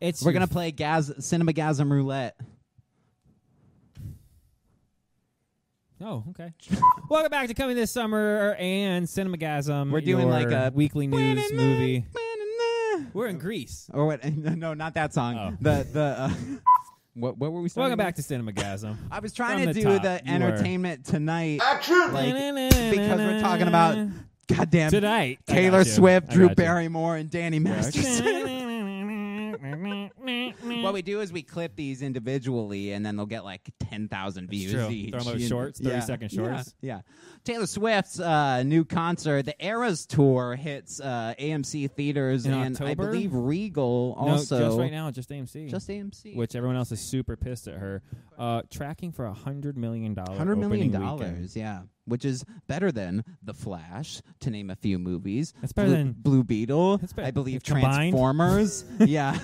It's We're gonna play Gaz Cinemagasm Roulette. Oh, okay. Welcome back to Coming This Summer and Cinemagasm. We're doing your like a- weekly news movie. We're in Greece. Or what? No, not that song. Oh. The the. Uh, what what were we? starting Welcome back with? to Cinemagasm. I was trying to From the do top, the you were- entertainment tonight, like because because we're talking about goddamn tonight. I Taylor got you. Swift, I Drew got you. Barrymore, and Danny Masterson. Mm-hmm. what we do is we clip these individually, and then they'll get like ten thousand views true. each. Throw 'em out you know? shorts, 30-second shorts. Yeah, yeah. Taylor Swift's uh, new concert, the Eras Tour, hits uh, AMC theaters, In and I October? believe Regal No, also. just right now, just AMC. Just AMC. which everyone else is super pissed at her. Uh, tracking for a hundred million dollars. Hundred million dollars, yeah, which is better than The Flash, to name a few movies. That's better Blue, than- Blue Beetle. That's bet- I believe combined? Transformers. yeah,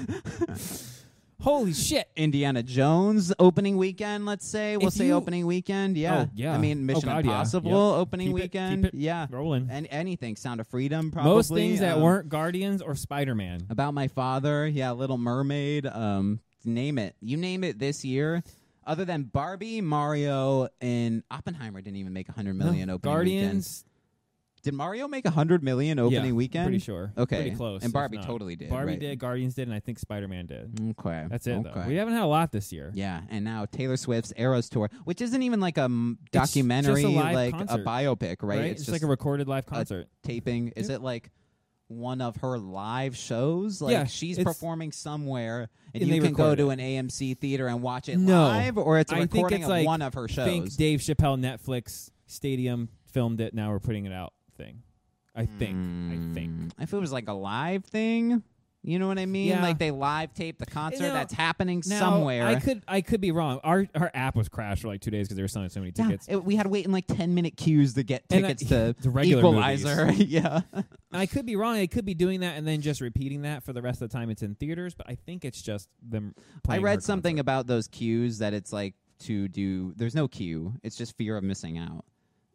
Holy shit! Indiana Jones opening weekend. Let's say we'll If say you- opening weekend. Yeah, Oh, yeah. I mean Oh, Mission God, yeah. Impossible Yep. opening Keep it- keep weekend. it yeah, rolling. and anything. Sound of Freedom. Probably Most things that um, weren't Guardians or Spider Man. about my father. Yeah, Little Mermaid. Um, name it. You name it this year. Other than Barbie, Mario, and Oppenheimer didn't even make a hundred million opening weekend. Guardians Did Mario make a hundred million opening yeah, weekend? I'm pretty sure. Okay. pretty close. And if Barbie not. totally did. Barbie right? did, Guardians did, and I think Spider Man did. Okay. That's it. Okay. Though. We haven't had a lot this year. yeah, and now Taylor Swift's Eras tour, which isn't even like a m- documentary, just a live like concert, a biopic, right? It's, just like a recorded live concert. taping. Is it like one of her live shows? Like Yeah, she's it's- performing somewhere, and, And you they can go record to it. an AMC theater and watch it No. live, or it's a I think recording it's of like- one of her think shows. Dave Chappelle Netflix Stadium filmed it. Now we're putting it out. Thing, I think. I think. Mm. if it was like a live thing. You know what I mean? Yeah. Like they live tape the concert know, that's happening Now, somewhere. I could. I could be wrong. Our our app was crashed for like two days because they were selling so many Yeah, tickets. it- we had to wait in like 10 minute queues to get And I- tickets to the regular Equalizer. yeah. I could be wrong. They could be doing that and then just repeating that for the rest of the time it's in theaters. But I think it's just them. I playing her read something concert. about those queues that it's like to do, there's no queue. It's just fear of missing out.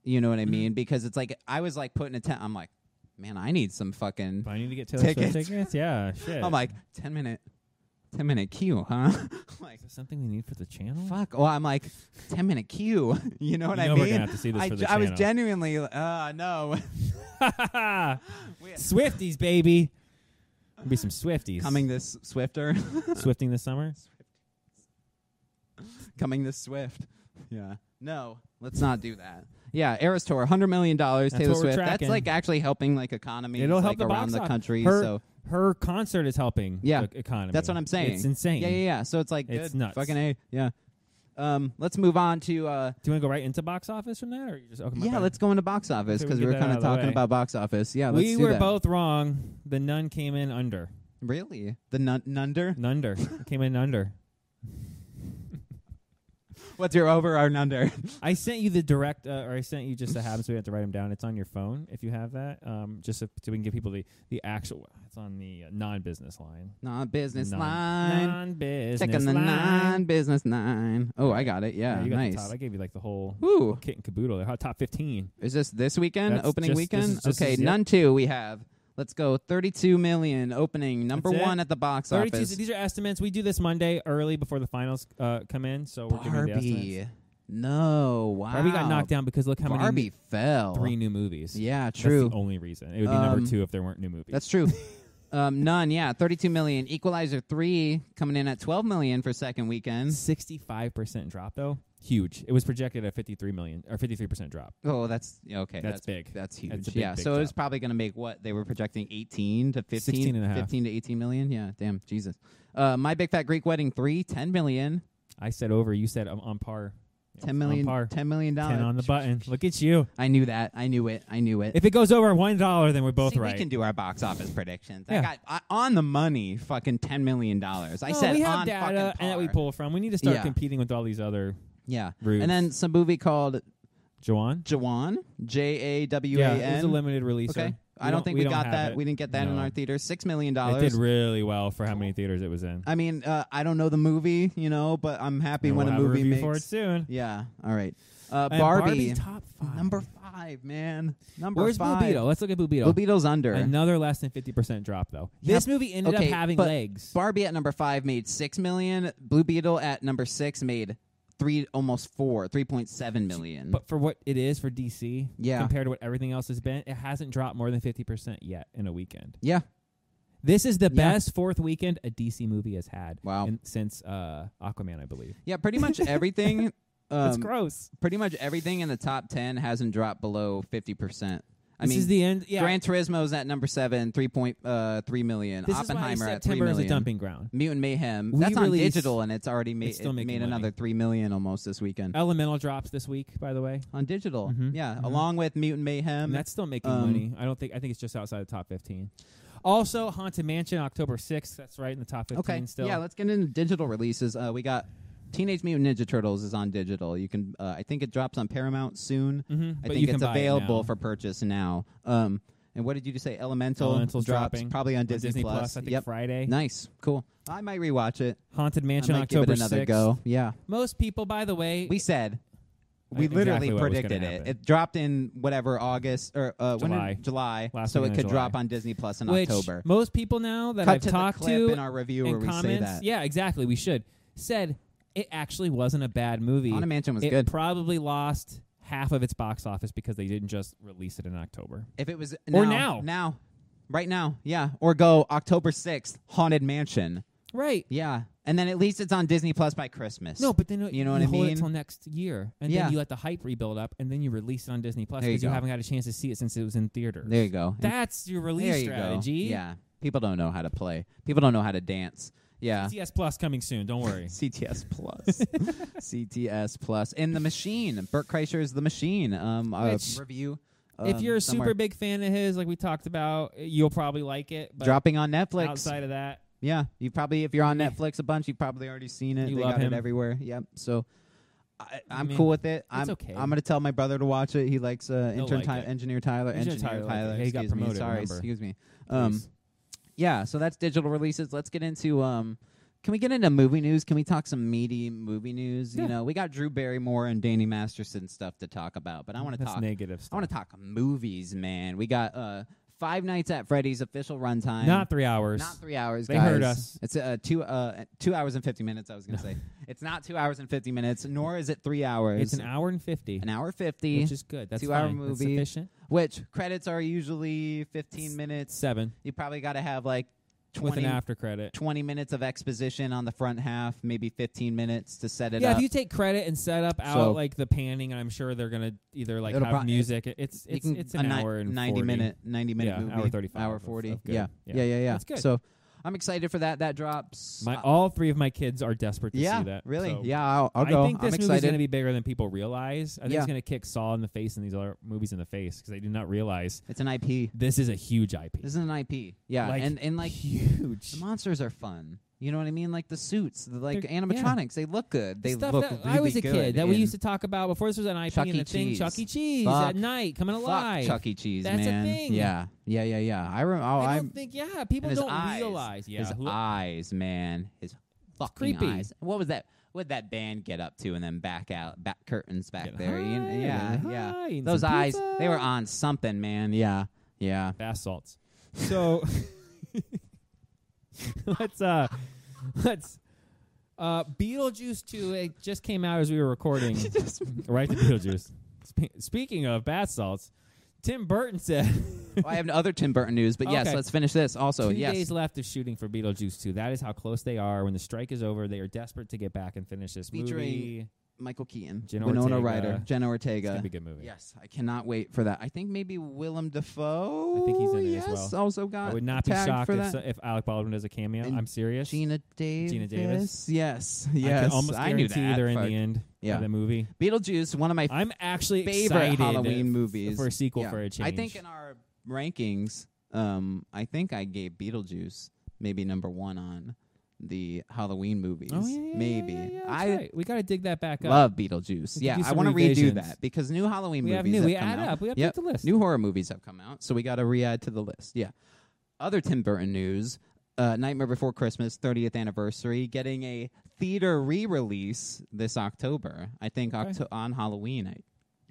You know what Mm-hmm. I mean? Because it's like, I was like putting a 10, I'm like, man, I need some fucking, If I need to get Taylor Swift Tickets. Oh tickets. Yeah, shit. I'm like, 10 minute, 10 minute queue, huh? like, Is this something we need for the channel? fuck. Well, I'm like, 10 minute queue. you know what You I know mean? we're gonna have to see this I, for ju- the I was channel. genuinely, uh, no. Swifties, baby. There'll be some Swifties Coming this swifter. Swifting this summer. coming this swift. Yeah. No, let's not do that. Yeah, Eras Tour, hundred million dollars. That's Taylor what we're Swift. That's tracking. like actually helping like economies It'll help like the around box the office. country. Her- so Her concert is helping. Yeah, the economy. that's what I'm saying. It's insane. Yeah, yeah, yeah. So it's like It's good. nuts. Fucking a. Yeah. Um, let's move on to uh, Do you want to go right into box office from that, or you just okay? my yeah. bad. Let's go into box office Okay, we because we get were that kind of out of the talking way. about box office. Yeah, we let's do were that. both wrong. The nun came in under. really the nun- nunder. Nunder It came in under. What's your over or nunder? I sent you the direct, uh, or I sent you just the habits. We have to write them down. It's on your phone if you have that. Um, just so, so we can give people the the actual. It's on the uh, non-business line. non business Non- line. Non-business Checking the line. non business line. Oh, I got it. Yeah, you got the nice. top. I gave you like the whole Ooh, kit and caboodle. The hot- top fifteen. Is this this weekend? That's opening just- this weekend? is just- okay, yep. none two we have. Let's go. Thirty-two million opening number That's it. one at the box 32. office. These are estimates. We do this Monday early before the finals uh, come in, so we're giving the estimates. Barbie. No, wow. Barbie got knocked down because look how many Barbie fell. three new movies. Yeah, That's true. the only reason. It would be number Um, two if there weren't new movies. That's true. um, none. Yeah, thirty-two million. Equalizer three coming in at twelve million for second weekend. sixty-five percent drop though. Huge. It was projected at fifty-three million or fifty-three percent drop. Oh, that's yeah, okay. That's big. That's huge. That's a big, yeah. big so it was drop. probably going to make what they were projecting 18 to 15, 16 and a half. 15 to 18 million. Yeah. Damn. Jesus. Uh, My Big Fat Greek Wedding 3, 10 million. I said over. You said um, on par. Yeah, Ten million. On par. Ten million dollars. Ten on the button. Look at you. I knew that. I knew it. I knew it. If it goes over one dollar, then we're both See, right. we can do our box office predictions. I Yeah. got I, on the money. Fucking ten million dollars. I No, said Oh, we have on fucking data and that we par. pull from. We need to start Yeah. competing with all these other Yeah. Rude. And then some movie called Jawan. Jawan. J A W A Yeah, it was a N. limited release. Okay. I don't don't- think we we, don't got have that. it. We didn't get that in No. our theater. Six million It did dollars. really well for how many theaters it was in. I mean, uh, I don't know the movie, you know, but I'm happy And when we'll a have movie a review makes. for it soon. Yeah. All right. Uh, And Barbie. Barbie top five. Number five, man. Number Where's five. Bulbito? Let's look at Bulbito. Bulbito's under. Another less than fifty percent drop though. Yeah, this movie ended okay, up having but legs. Barbie at number five made six million. Blue Beetle at number six made three, almost four, three point seven million. But for what it is for DC, Yeah. compared to what everything else has been, it hasn't dropped more than fifty percent yet in a weekend. yeah, This is the Yeah. best fourth weekend a DC movie has had. Wow. in- since uh, Aquaman, I believe. yeah, pretty much everything. That's um, gross. pretty much everything in the top ten hasn't dropped below fifty percent. I this mean, is the end. Yeah, Gran Turismo's at number seven, three point uh, three million. this is Oppenheimer why at three September is a million. dumping ground. Mutant Mayhem. We That's on release- digital, and it's already made It's still it making made money. another three million almost this weekend Elemental drops this week, by the way, on digital. Mhm, Yeah, mhm. along with Mutant Mayhem. and that's still making um, money. I don't think. I think it's just outside the top fifteen. Also, Haunted Mansion, October sixth. That's right in the top fifteen. okay. Still, Yeah, let's get into digital releases. Uh, we got Teenage Mutant Ninja Turtles is on digital. You can, uh, I think it drops on Paramount soon. hmm I but think you can it's buy it available now. for purchase now. Um, and what did you just say? Elemental Elemental's drops dropping probably on on Disney, Plus. I think Yep. Friday. Nice. Cool. I might rewatch it. Haunted I Mansion, might give October it another 6th. go. Yeah. Most people, by the way, We said we Uh, literally exactly what was gonna predicted it. happen. It dropped in whatever August or uh, when July. did- July, Last so it weekend could of drop July. on Disney Plus in which October. most people now that Cut I've to talked the clip to in our review where and we say comments, that. yeah, exactly. We should said it actually wasn't a bad movie. Haunted Mansion was it good. probably lost half of its box office because they didn't just release it in October. If it was Or now, now. now, right now, yeah, or go October sixth, Haunted Mansion, Right. yeah, and then at least it's on Disney Plus by Christmas. No, but then You know what I hold mean? it till next year, and Yeah. then you let the hype rebuild up, and then you release it on Disney Plus There you because you, go. haven't got a chance to see it since it was in theaters. there you go. That's your And release there you strategy. go. Yeah, people don't know how to play. People don't know how to dance. Yeah. TS Plus coming soon. Don't worry. CTS Plus, CTS Plus, and the Machine. Burt Kreischer's The Machine. Um, uh, Which- review. if um, you're a somewhere. super big fan of his, like we talked about, you'll probably like it. But dropping on Netflix. outside of that, Yeah, you probably if you're on Yeah. Netflix a bunch, you've probably already seen it. You they love got him. it everywhere. Yep. So I, I'm mean, cool with it. I'm okay. I'm gonna tell my brother to watch it. He likes uh, He'll intern like Ty- it. engineer Tyler, Engineer engineer Tyler Tyler. liked it. He got excuse me. promoted, Sorry, remember. excuse me. please. Um, yeah. So that's digital releases. Let's get into um. Can we get into movie news? Can we talk some meaty movie news? You Yeah. know, we got Drew Barrymore and Danny Masterson stuff to talk about, but I want to That's talk. negative stuff. I want to talk movies, man. We got uh Five Nights at Freddy's official runtime. Not three hours. Not three hours. They guys. heard us. It's uh, two uh, two hours and fifty minutes. I was gonna say it's not two hours and fifty minutes, nor is it three hours. it's an hour and fifty, An hour fifty, which which, is good. That's two-hour fine. That's movie. sufficient. credits are usually fifteen S- minutes. Seven You probably got to have like with an 20, after credit. 20 minutes of exposition on the front half, maybe fifteen minutes to set it Yeah, up. if you take credit and set up out uh, So- like the panning, and I'm sure they're gonna either like It'll have prob- music. It's You it's can- it's a an ni- hour and 90 40. minute 90 minute Yeah, movie hour 35 hour of- 40 of good. yeah. yeah Yeah. yeah yeah That's good. so i'm excited for that that drops My Uh, all three of my kids are desperate to yeah see that. really so- yeah i'll, I'll go I think this am movie's excited going to be bigger than people realize. I think Yeah. it's going to kick Saw in the face and these other movies in the face because they did not realize it's an ip this is a huge IP. This is an IP. Yeah, Like, and and like huge. the monsters are fun. You know what I mean? Like the suits, the like They're- yeah. animatronics, they look good. They Stuff look that really I was a good kid that we in- used to talk about before this was an IP Chuck and E. a thing. Cheese. Chuck E. Cheese Fuck. at night coming fuck alive. Chuck E. Cheese, That's a man. thing. Yeah, yeah, yeah, yeah. I remember. Oh, I I'm don't think yeah people and his don't eyes. realize yeah his who- eyes, man. His fucking creepy. eyes. What was that? What that band get up to and then back out, back curtains back Get there? You high, kn- yeah, get yeah. high, eating Those some eyes, pizza. they were on something, man. Yeah, yeah. bath salts. So let's uh let's uh Beetlejuice 2 it just came out as we were recording. right to Beetlejuice. Spe- speaking of bath salts, Tim Burton said Well, I have other Tim Burton news, but yes, Okay. let's finish this. Also, two yes, days left of shooting for Beetlejuice 2. That is how close they are. When the strike is over, they are desperate to get back and finish this Featuring movie. Michael Keaton, Jenna Winona Ortega. Ryder, Jenna It's Ortega. gonna be a good movie. Yes, I cannot wait for that. I think maybe Willem Dafoe. I think he's in it as yes, well. also got. I would not be tagged shocked Uh, for if, that. so- if Alec Baldwin does a cameo. And I'm serious. Gina Davis. Gina Davis. Yes, I yes. could almost knew guarantee that. they're in Fuck. the end Yeah. of the movie. Beetlejuice, one of my I'm actually favorite excited Halloween f- movies. for a sequel Yeah. for a change. I think in our rankings, um, I think I gave Beetlejuice maybe number one on the Halloween movies. Oh yeah, yeah, yeah, maybe. yeah, yeah, that's I right. we got to dig that back up. love Beetlejuice. could Yeah, do I some want to redo revisions. that because new Halloween we movies have new. have We come add out. up. We update Yep. the list. New horror movies have come out, so we got to re-add to the list. Yeah. Other Tim Burton news: uh, Nightmare Before Christmas 30th anniversary, getting a theater re-release this October. I think Okay. Octo- on Halloween night,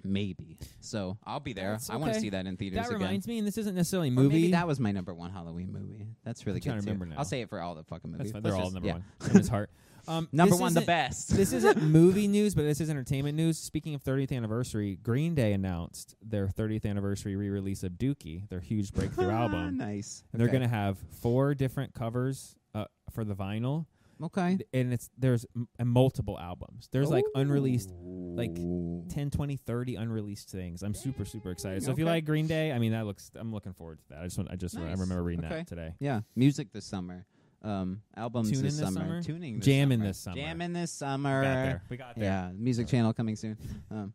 maybe. So I'll be there. That's I want to okay. see that in theaters that again. reminds me, and this isn't necessarily a Or movie. Maybe that was my number one Halloween movie. That's really I'm trying good. to too. remember now. I'll say it for all the fucking That's movies. fine. Let's They're all just- number yeah. one. In his heart. Um, Number this one, the isn't- best. this isn't movie news, but this isn't entertainment news. Speaking of 30th anniversary, Green Day announced their 30th anniversary re-release of Dookie, their huge breakthrough album. Ah, nice. And they're Okay. going to have four different covers uh, for the vinyl, okay. and, and it's there's m- and multiple albums. There's like unreleased like, Ooh. 10, 20, 30 unreleased things. I'm super super excited. So if you Mm, Okay. like Green Day, I mean that looks I'm looking forward to that. I just want, I just I Nice. remember reading Okay. that today. Yeah, music this summer. Um, albums Tune this, in this summer. summer? Tuning this Jamming summer. this summer. Jamming this We got summer. there. We got there. Yeah, music channel coming soon. Um,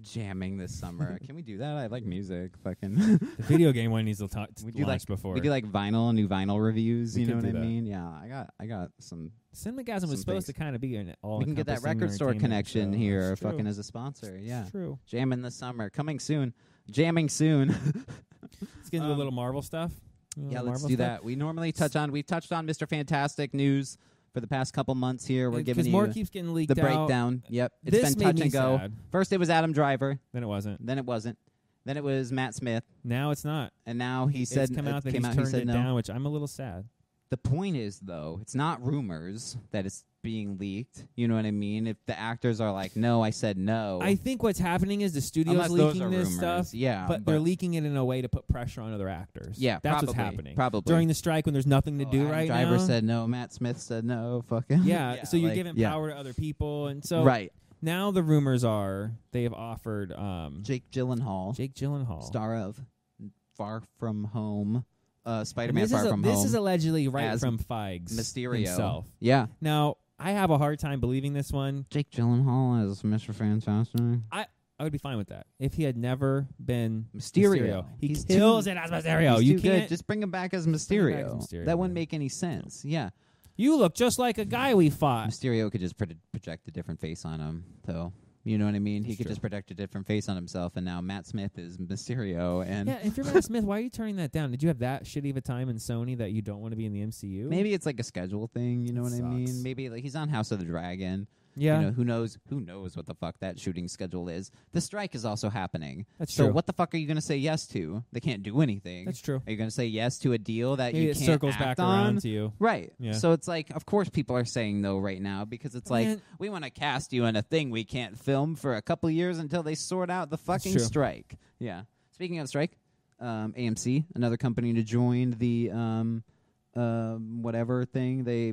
jamming this summer. Can we do that? I like music. Fucking. The video game one needs to talk to We do launch like- before. we do like vinyl, new vinyl reviews. We you know could what do I that. mean? Yeah, I got, I got some. Cinemagasm was some things. supposed to kind of be an all. we can get that record store connection here, fucking as a sponsor. Yeah, It's true. jamming this summer coming soon. Jamming soon. Let's get into a Um, little Marvel stuff. A yeah, little let's Marvel do stuff. that. We normally touch on. We've touched on Mr. Fantastic news for the past couple months here. We're Uh, giving you more keeps getting leaked the out. breakdown. Yep, it's this been made touch me and go. sad. First, it was Adam Driver. Then it wasn't. Then it wasn't. Then it was Matt Smith, Now it's not. and now he said it's come it out that came he's out, he turned said it no. down, which I'm a little sad. The point is, though, it's not rumors that it's being leaked. You know what I mean? If the actors are like, "No, I said no," I think what's happening is the studio's unless Oh. those leaking are this rumors, stuff, yeah, but, they're leaking it in a way to put pressure on other actors. Um, yeah, that's probably, what's happening Probably during the strike when there's nothing to Oh, do Adam right Driver now. said no. Matt Smith said no. Fucking yeah, so you're like, giving yeah. power to other people, and so right. now the rumors are they have offered um, Jake Gyllenhaal, Jake Gyllenhaal. star of Far From Home, uh, And Spider-Man this Far is a- From this Home. is allegedly right as from Feig's Mysterio. himself. yeah, Now I have a hard time believing this one. Jake Gyllenhaal as Mr. Fantastic. I would be fine with that if he had never been Mysterio. He He's kills too- it as Mysterio. He's You too good. can't. Just bring him back as bring him back as Mysterio. Mysterio, that wouldn't yeah. make any sense. Yeah, You look just like a guy we fought. Mysterio could just pro- project a different face on him, though. You know what I mean? He That's could true. just project a different face on himself, and now Matt Smith is Mysterio, and Yeah, if you're Matt Smith, why are you turning that down? Did you have that shitty of a time in Sony that you don't want to be in the MCU? maybe it's like a schedule thing. You know what That I mean? sucks. Maybe like he's on House of the Dragon. Yeah, You know, who knows? Who knows what the fuck that shooting schedule is? The strike is also happening. that's so true. what the fuck are you going to say yes to? They can't do anything. That's true. are you going to say yes to a deal that Maybe you it can't circles act back on? around to you. Right. Yeah. So it's like, of course, people are saying no right now because it's like Man. we want to cast you in a thing we can't film for a couple years until they sort out the fucking true. strike. Yeah. Speaking of strike, um, AMC, another company to join the um, um, whatever thing they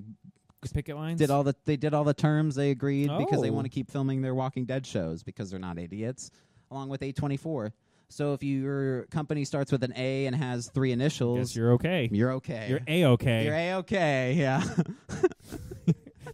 Picket lines. did all the they did all the terms they agreed because they Oh. want to keep filming their Walking Dead shows because they're not idiots, along with A24. So if your company starts with an A and has three Guess initials, you're okay. you're okay. You're a okay. You're A-okay, yeah.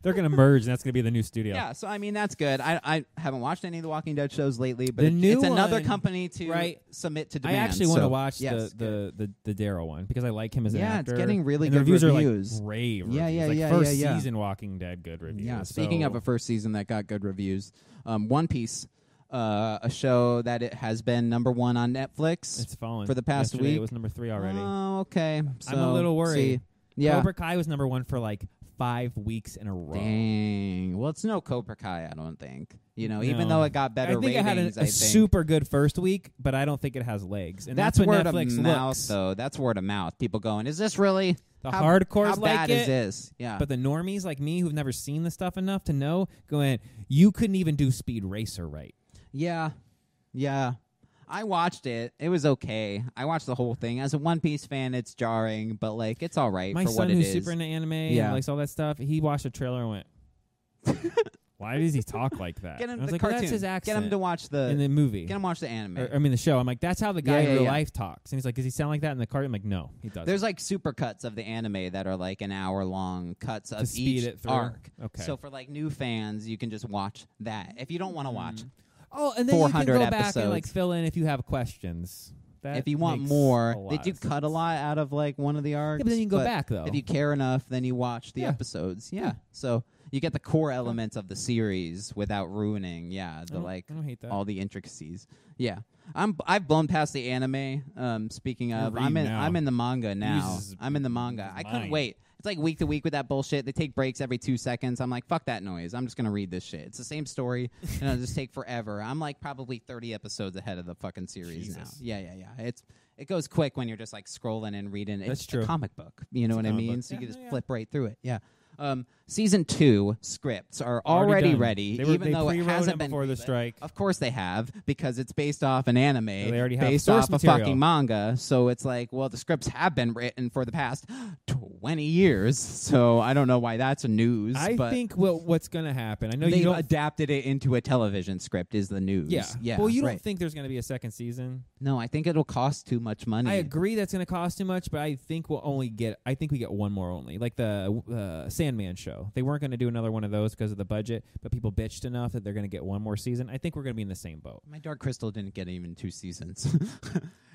They're gonna merge, and that's gonna be the new studio. Yeah, so I mean that's good. I I haven't watched any of the Walking Dead shows lately, but The it- new it's another one, company to right. submit to I demand. actually so, want to watch yes, the, the the the Daryl one because I like him as an Yeah, it's actor. getting really and the good reviews, reviews. Are like rave. Yeah, reviews. yeah, like yeah, First yeah, yeah. season Walking Dead good reviews. Yeah, speaking of so- a first season that got good reviews, um, One Piece, uh, a show that it has been number one on Netflix it's fallen for the past Yesterday It week. was number three already. Oh, okay. So, little worried. see. yeah. Cobra Kai was number one for like five weeks in a row. Dang. Well, it's no Cobra Kai, I don't think. You know, even No. though it got better I think ratings, it had a, a I think. super good first week, but I don't think it has legs. And that's that's, word what Netflix of mouth, looks. though. That's word of mouth. People going, "Is this really The how- hardcores how like bad it, is this?" Yeah, but the normies like me who've never seen the stuff enough to know, going, you couldn't even do Speed Racer right. Yeah. Yeah. I watched it. It was okay. I watched the whole thing. As a One Piece fan, it's jarring, but like it's all right My for son, what it who's is. super into anime and Yeah. likes all that stuff, he watched a trailer and went, "Why does he talk like that?" get him And to I was the like, cartoon. Well, that's his accent. Get him to watch the. in the movie. get him to watch the anime. Or- I mean, the show. I'm like, that's how the guy Yeah, in yeah, real yeah. life talks. And he's like, does he sound like that in the cartoon? I'm like, no, he doesn't. There's like supercuts of the anime that are like an hour long cuts to of speed each it through. arc. Okay. So for like new fans, you can just watch Mm, that. If you don't want to watch, oh, and then you can 400 go back and like episodes. fill in if you have questions. That if you want makes more, a lot they do of cut a sense. lot out of like one of the arcs. Yeah, but then you can go back though. If you care enough, then you watch the Yeah. episodes. Yeah. Yeah. So you get the core elements of the series without ruining, yeah, I the don't- like I don't hate that. all the intricacies. Yeah. I'm I've blown past the anime. Um speaking of, You're I'm in reading now. I'm in the manga now. uses his- I'm in the manga. his I couldn't mind. wait. It's like week to week with that bullshit. They take breaks every 2 seconds. I'm like, fuck that noise. I'm just going to read this shit. It's the same story and it'll just take forever. I'm like probably 30 episodes ahead of the fucking series now. Jesus. Yeah, yeah, yeah. It's it goes quick when you're just like scrolling and reading. It's That's a true. comic book. You know It's a what I comic mean? book. So you Yeah, can just yeah. flip right through it. Yeah. Um, season two scripts are Already already, done. ready, They were- even they though it pre-wrote hasn't them been before the greenlit. strike. Of course they have, because it's based off an anime, they already have based source off a material. fucking manga. So it's like, well, the scripts have been written for the past twenty years. So I don't know why that's news. I but think what what's going to happen. I know you they've don't. adapted it into a television script. Is the news? yeah. yeah. Well, you right. don't think there's going to be a second season. No, I think it'll cost too much money. I agree that's going to cost too much, but I think we'll only get. I think we get one more only, like the uh, Sandman show. They weren't going to do another one of those because of the budget, but people bitched enough that they're going to get one more season. I think we're going to be in the same boat. My Dark Crystal didn't get even two seasons.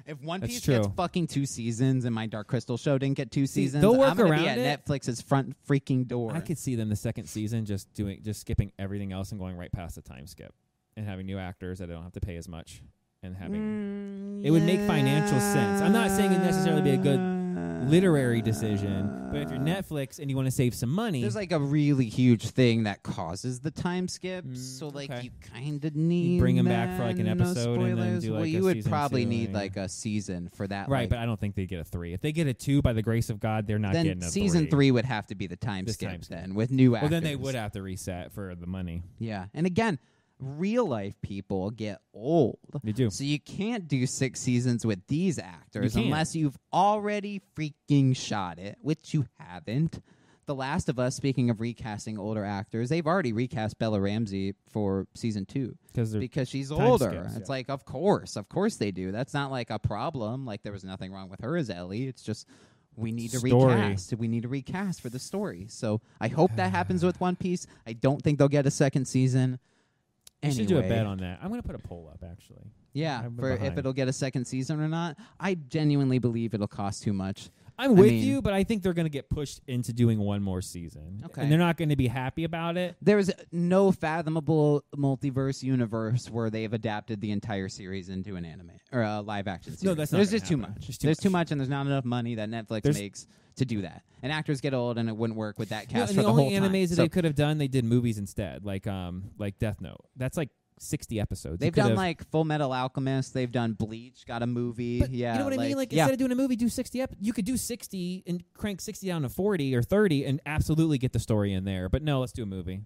if One That's Piece gets true. fucking two seasons and My Dark Crystal show didn't get two seasons, they'll work I'm gonna around be at it. Netflix's front freaking door. I could see them the second season just doing just skipping everything else and going right past the time skip and having new actors that don't have to pay as much and having Mm, It would make financial sense. I'm not saying it'd necessarily be a good literary decision. But if you're Netflix and you want to save some money, Uh. There's like a really huge thing that causes the time skip, Mm, so like okay. you kind of need bring 'em back for, like, an that. episode no and then spoilers. do, like, well, a you would season probably two, need yeah. like a season for that, right? like, but I don't think they get a three. If they get a two, by the grace of God, they're not then getting a season three would have to be the time This skip, time skip. then with new Well, actors. then they would have to reset for the money. Yeah, and again, real life people get old, They do. so you can't do six seasons with these actors You can't. unless you've already freaking shot it, which you haven't. The Last of Us, speaking of recasting older actors, they've already recast Bella Ramsey for season two Because they're because she's time older. skips, It's yeah. like, of course, of course they do. That's not like a problem. Like there was nothing wrong with her as Ellie. It's just we need to Story. recast. We need to recast for the story. So I hope that happens with One Piece. I don't think they'll get a second season. we Anyway, should do a bet on that. I'm going to put a poll up actually. yeah, I'm for if behind. it'll get a second season or not. I genuinely believe it'll cost too much. I'm with mean- you, but I think they're going to get pushed into doing one more season. Okay. And they're not going to be happy about it. There is no fathomable multiverse universe where they've adapted the entire series into an anime or a live action series. that's not There's gonna just too happen. much. There's too there's too much. much, and there's not enough money that Netflix There's- makes to do that. And actors get old, and it wouldn't work with that No, cast and for the, the, only whole time. animes that So they could have done, they did movies instead, like um, like Death Note. That's like 60 episodes. They they've could done have- like Full Metal Alchemist. They've done Bleach. Got a movie. But yeah, you know what I mean? Like yeah. instead of doing a movie, do 60 ep- You could do 60 and crank 60 down to 40 or 30 and absolutely get the story in there. But no, let's do a movie.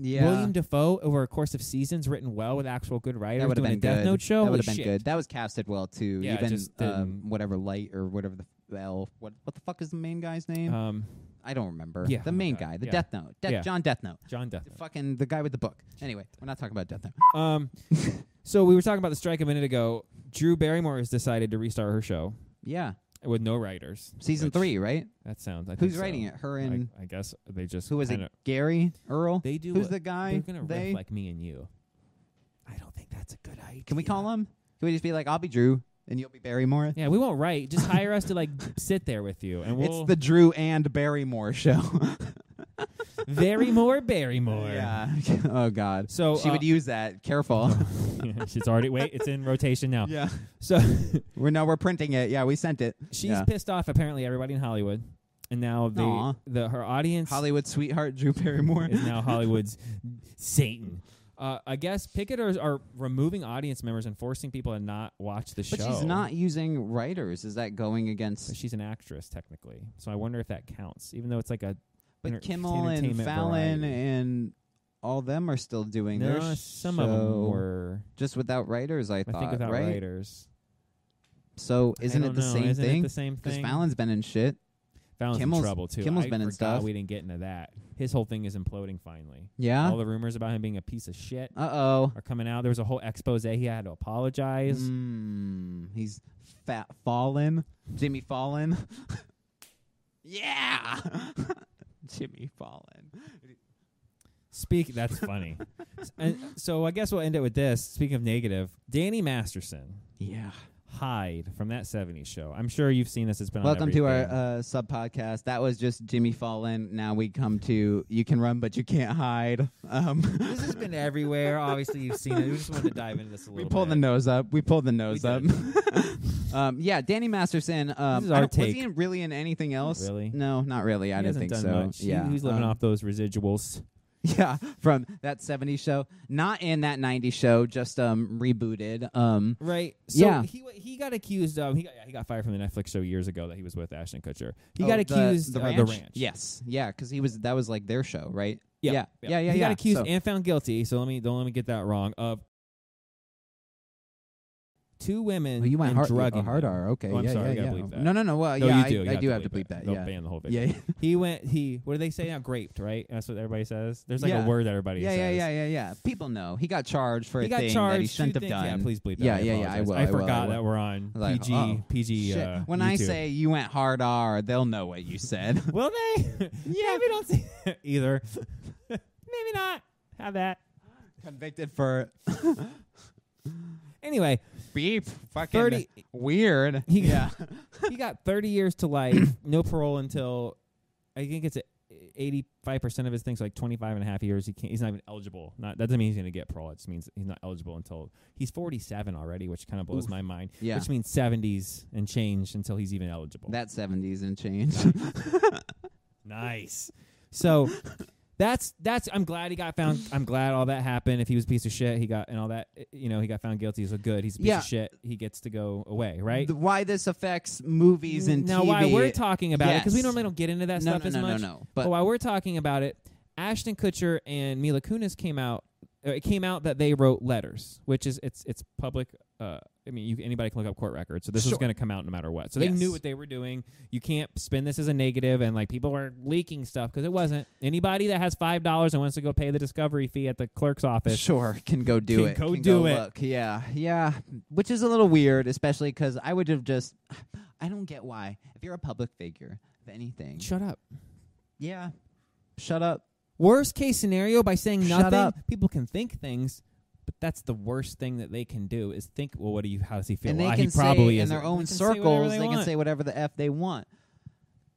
yeah. William Defoe over a course of seasons, written well with actual good writers, that would have doing been a Death good. Note show. That Holy would have been shit. good. That was casted well too. Yeah, it Even just um, didn't- whatever light or whatever the well, what what the fuck is the main guy's name? Um, I don't remember. Yeah, the oh my main God, guy, the yeah. Death Note, Death, Yeah. John Death Note. John Death. The Note. fucking the guy with the book. Anyway, we're not talking about Death Note. Um, so we were talking about the strike a minute ago. Drew Barrymore has decided to restart her show Yeah, with no writers. season which- three, right? That sounds. I Who's writing it? Her and I, I guess they just. who was it? kinda- Gary Earl. They do. Who's what- the guy? They're gonna They riff like me and you. I don't think that's a good idea. can we call him? Can we just be like, I'll be Drew and you'll be Barrymore? Yeah, we won't write. Just hire us to like sit there with you, and we'll It's the Drew and Barrymore show. very more Barrymore. yeah. oh God. So she uh, would use that. Careful. she's already wait. It's in rotation now. yeah. So We're no, we're printing it. Yeah, we sent it. she's Yeah. pissed off. Apparently, everybody in Hollywood, and now Aw. the the her audience Hollywood sweetheart Drew Barrymore. is now Hollywood's Satan. Uh, I guess picketers are removing audience members and forcing people to not watch the But show. she's not using writers. Is that going against? But she's an actress technically, so I wonder if that counts. Even though it's like a But enter- Kimmel and entertainment Fallon variety. and all them are still doing their no, some of show them were. just without writers. I, I thought, think without right? writers. So I isn't it don't the know. same Isn't It thing? the same Because thing. Fallon's been in shit. Fallon's Kimmel's- in trouble too. Kimmel's I been in forgot stuff. We didn't get into that. His whole thing is imploding finally. Yeah. All the rumors about him being a piece of shit Uh oh. are coming out. There was a whole expose. He had to apologize. Mm, he's fat fallen. Jimmy Fallen. yeah. Jimmy Fallen. Speak. That's funny. S- and so I guess we'll end it with this. Speaking of negative, Danny Masterson. Yeah. Hyde from that '70s show. I'm sure you've seen this. It's been Welcome on to our everything. uh, sub podcast. That was just Jimmy Fallon. Now we come to you can run but you can't hide. Um, this has been everywhere. Obviously, you've seen it. We just wanted to dive into this a little. we pulled the bit. nose up. We pulled the nose We up. um, yeah, Danny Masterson. Um, This is our I don't- Was take. he in- really in anything else? really. No, not really. I He didn't hasn't think done so. much. He- Yeah, he's living um, off those residuals. Yeah, from that '70s show, not in that '90s show, just um rebooted. Um, Right. So Yeah. he wa- he got accused of he got, yeah, he got fired from the Netflix show years ago that he was with Ashton Kutcher. He oh, got the- accused the of ranch? the ranch. Yes, yeah, because he was that was like their show, right? Yeah. yeah, yeah, yeah. He yeah. got accused So- and found guilty. So let me don't let me get that wrong. Of two women Oh, you went and hard, drugging a hard them. R. Okay, Oh, I'm yeah, sorry, I yeah, gotta yeah. bleep that. No, no, no. Well, No, yeah, you do. I, you I do have to bleep bleep that. Yeah, They'll ban the whole video. yeah, yeah, He went. He what do they say now? Graped, right? That's what everybody says. There's like Yeah. a word that everybody yeah, says. yeah, yeah, yeah, yeah. People know he got charged for He a got thing charged. that he two shouldn't have things- done. Yeah, please bleep that. Yeah, I yeah, yeah, I apologize. will, I I will, I forgot will. that we're on I was like, PG. oh, PG. Shit. Uh, when I YouTube. say you went hard R, they'll know what you said. Will they? Yeah, we don't see either. Maybe not. Have that. Convicted for Anyway, beep, fucking 30 weird. He- yeah, he got 30 years to life, no parole until I think it's a- 85% of his things, like 25 and a half years. He can't, he's not even eligible. Not That doesn't mean he's going to get parole. It just means he's not eligible until he's 47 already, which kind of blows Oof. my mind. yeah. Which means 70s and change until he's even eligible. That seventies and change. Nice. So that's that's. I'm glad he got found. I'm glad all that happened. If he was a piece of shit, he got and all that. eh, You know, he got found guilty. So good. He's a piece Yeah. of shit. He gets to go away. Right. The- Why this affects movies and now, TV? why we're talking about it because we Yes. normally don't get into that no, stuff no, as no, much. no, no. But but while we're talking about it, Ashton Kutcher and Mila Kunis came out. uh, It came out that they wrote letters, which is it's it's public. Uh, I mean, you, anybody can look up court records, so this was Sure. going to come out no matter what. So they Yes. knew what they were doing. You can't spin this as a negative, and like people were leaking stuff because it wasn't anybody that has five dollars and wants to go pay the discovery fee at the clerk's office. Sure, can go do Oh, Can it. go can do go it. Look. Yeah, yeah. Which is a little weird, especially because I would have just. I don't get why. If you're a public figure of anything, Shut up. yeah, shut up. Worst case scenario, by saying Shut nothing, up. people can think things, but that's the worst thing that they can do is think. Well, what do you? How does he feel? and they Well, can he probably say in isn't. their They own can say whatever circles, they, can want. say whatever the f they want.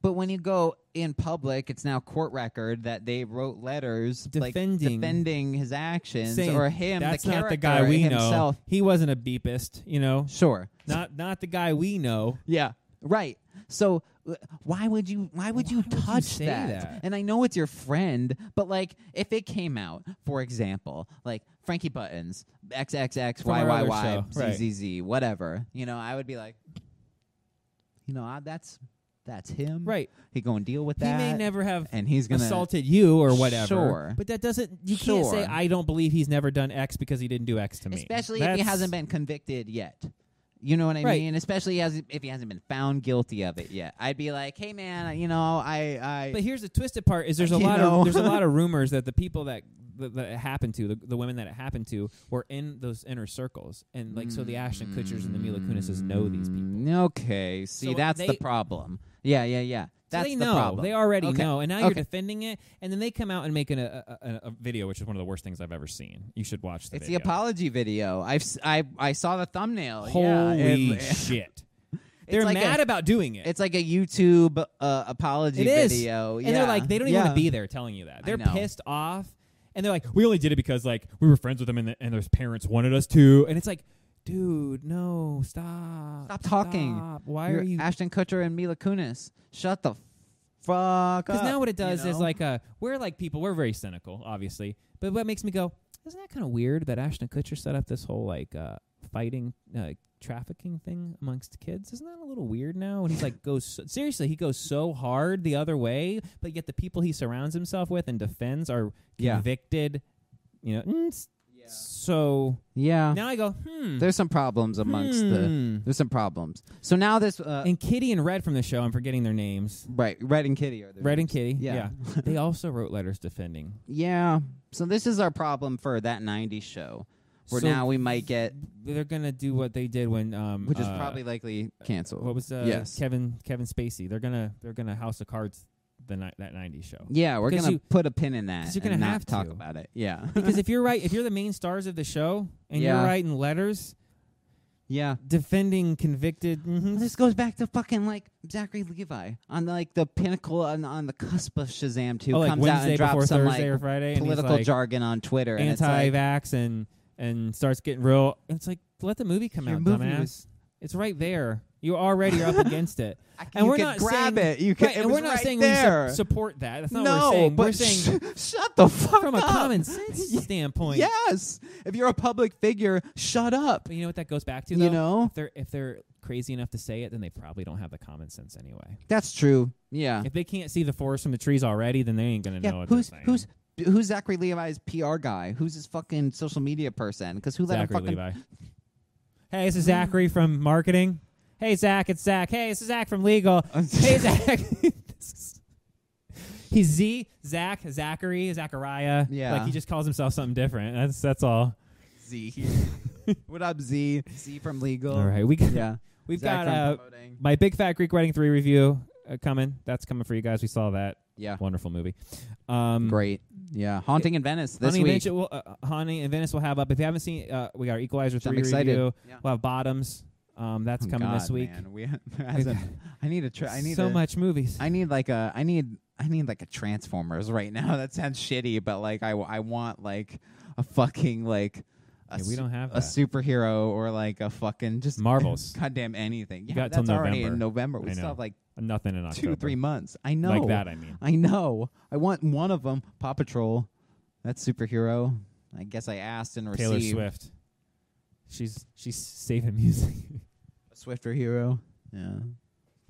But when you go in public, it's now court record that they wrote letters Defending- like defending his actions Saying, or him. That's the not character the guy we himself. know. He wasn't a beepist, you know. Sure. Not not the guy we know. Yeah. Right. So uh, why would you why would you Why would you touch say that? that? And I know it's your friend, but like if it came out, for example, like Frankie Buttons, XXX, From our other YYY, show, right. ZZZ, whatever, you know, I would be like, you know, I, that's that's him. Right. He going to deal with he that. may never have and he's going to assaulted you or whatever. Sure. But that doesn't you can't say Sure. I don't believe he's never done X because he didn't do X to me. Especially if he That's- hasn't been convicted yet. You know what I Right. mean? Especially as if he hasn't been found guilty of it yet. I'd be like, "Hey man, you know, I I But here's the twisted part: is there's a You lot know. of there's a lot of rumors that the people that that, that it happened to, the, the women that it happened to, were in those inner circles, and like so the Ashton Kutchers and the Mila Kunises know these people. Mm, Okay, see So that's the they- problem. Yeah, yeah, yeah. So That's they the know. problem. They already Okay. know, and now Okay. you're defending it, and then they come out and make an, a, a- a, a video, which is one of the worst things I've ever seen. You should watch the It's the video. apology video. I've s- I I saw the thumbnail. yeah, Holy it- shit! They're like mad a- about doing it. It's like a YouTube uh, apology it is, video. and yeah. they're like, they don't even yeah. want to be there telling you that. They're know. pissed off, and they're like, we only did it because like we were friends with them, and, the, and their parents wanted us to, and it's like, dude, no, stop, Stop talking. stop. Why You're are you Ashton Kutcher and Mila Kunis? Shut the fuck up. Because now what it you does is know? like uh, we're like people, we're very cynical, obviously. But what makes me go, isn't that kind of weird that Ashton Kutcher set up this whole like uh, fighting uh, trafficking thing amongst kids? Isn't that a little weird now? And he's like goes so, seriously, he goes so hard the other way, but yet the people he surrounds himself with and defends are Yeah. convicted. You know, mm, s- so yeah. now I go, hmm. There's some problems amongst the. hmm. There's some problems. So now this uh, and Kitty and Red from the show. I'm forgetting their names. right, Red and Kitty are there. Red and Kitty. Yeah. yeah. they also wrote letters defending Yeah. So this is our problem for that '90s show, where So now we might get, they're gonna do what they did when um which is uh, probably likely canceled. what was uh, Yes. Kevin Kevin Spacey. They're gonna they're gonna House of Cards the ni- that '90s show. yeah, we're 'cause gonna you- put a pin in that. 'cause you're gonna and not have talk to. about it. Yeah. because if you're right, if you're the main stars of the show and Yeah. you're writing letters, Yeah. defending convicted. Well, hmm This goes back to fucking like Zachary Levi on like the pinnacle on, on the cusp of Shazam too. Oh, like comes out Wednesday and drops before some Thursday or like Friday, political and he's like jargon on Twitter and it's like, anti-vax and and starts getting real. It's like let the movie come Your out, movie dumbass. was- It's right there. You already are up against it, I- and you we're could not grab saying, it. You could, right, it and we're was not right saying there. we su- support that. That's not no, what we're saying. but we're saying sh- shut the fuck from a up. common sense standpoint. Yes, if you're a public figure, shut up. But you know what that goes back to, You though? know If they're if they're crazy enough to say it, then they probably don't have the common sense anyway. that's true. Yeah, If they can't see the forest from the trees already, then they ain't gonna know yeah. what Who's they're saying. who's who's Zachary Levi's PR guy? Who's his fucking social media person? Because who let Zachary him fucking Mm. Levi. Hey, this is Zachary from marketing. Hey, Zach, it's Zach. Hey, this is Zach from legal. Hey, Zach. He's Z, Zach, Zachary, Zachariah. Yeah. like he just calls himself something different. That's that's all. Z. what up, Z? Z from Legal. All right, we got, Yeah. we've Zach got from uh, promoting. my big fat Greek Wedding three review uh, coming. That's coming for you guys. We saw that Yeah. wonderful movie. Um, Ah. Great. Yeah. Haunting in Venice this Honey, and week. Venice will, uh, Honey and Venice will have up. If you haven't seen, uh, we got our Equalizer I'm three excited. review. Yeah. We'll have Bottoms. Um, that's Oh, coming God, this week. Man. We, there hasn't- I need a tra- I need so a- much movies. I need like a I need I need like a Transformers right now. That sounds shitty, but like I w- I want like a fucking like a, Yeah, we su- don't have a that. superhero or like a fucking just Marvels. goddamn anything. Yeah, got till that's already in November. November. We I still know. have like Nothing in October. two three months. I know Like that, I mean. I know. I want one of them. Paw Patrol. That's superhero. I guess I asked and received. Taylor Swift. She's she's saving music. A Swifter hero. Yeah.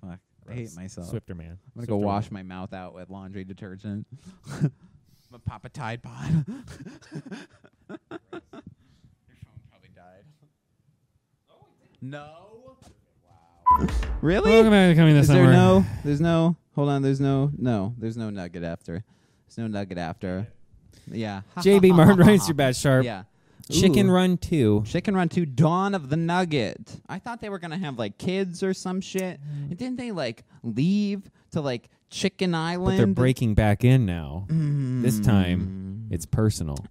Fuck. I hate Gross. myself. Swifter man. I'm gonna Swifter go woman. wash my mouth out with laundry detergent. I'm gonna pop a Tide Pod. Your phone probably died. No. Wow. Really? Welcome back to coming this Is there summer. no? There's no. Hold on. There's no. No. There's no nugget after. There's no nugget after. Yeah. JB Martin writes your bad sharp. Yeah. Chicken Ooh. Run Two. Chicken Run 2 Dawn of the Nugget. I thought they were going to have like kids or some shit. Mm. And didn't they like leave to like Chicken Island? But they're breaking back in now. Mm. This time it's personal.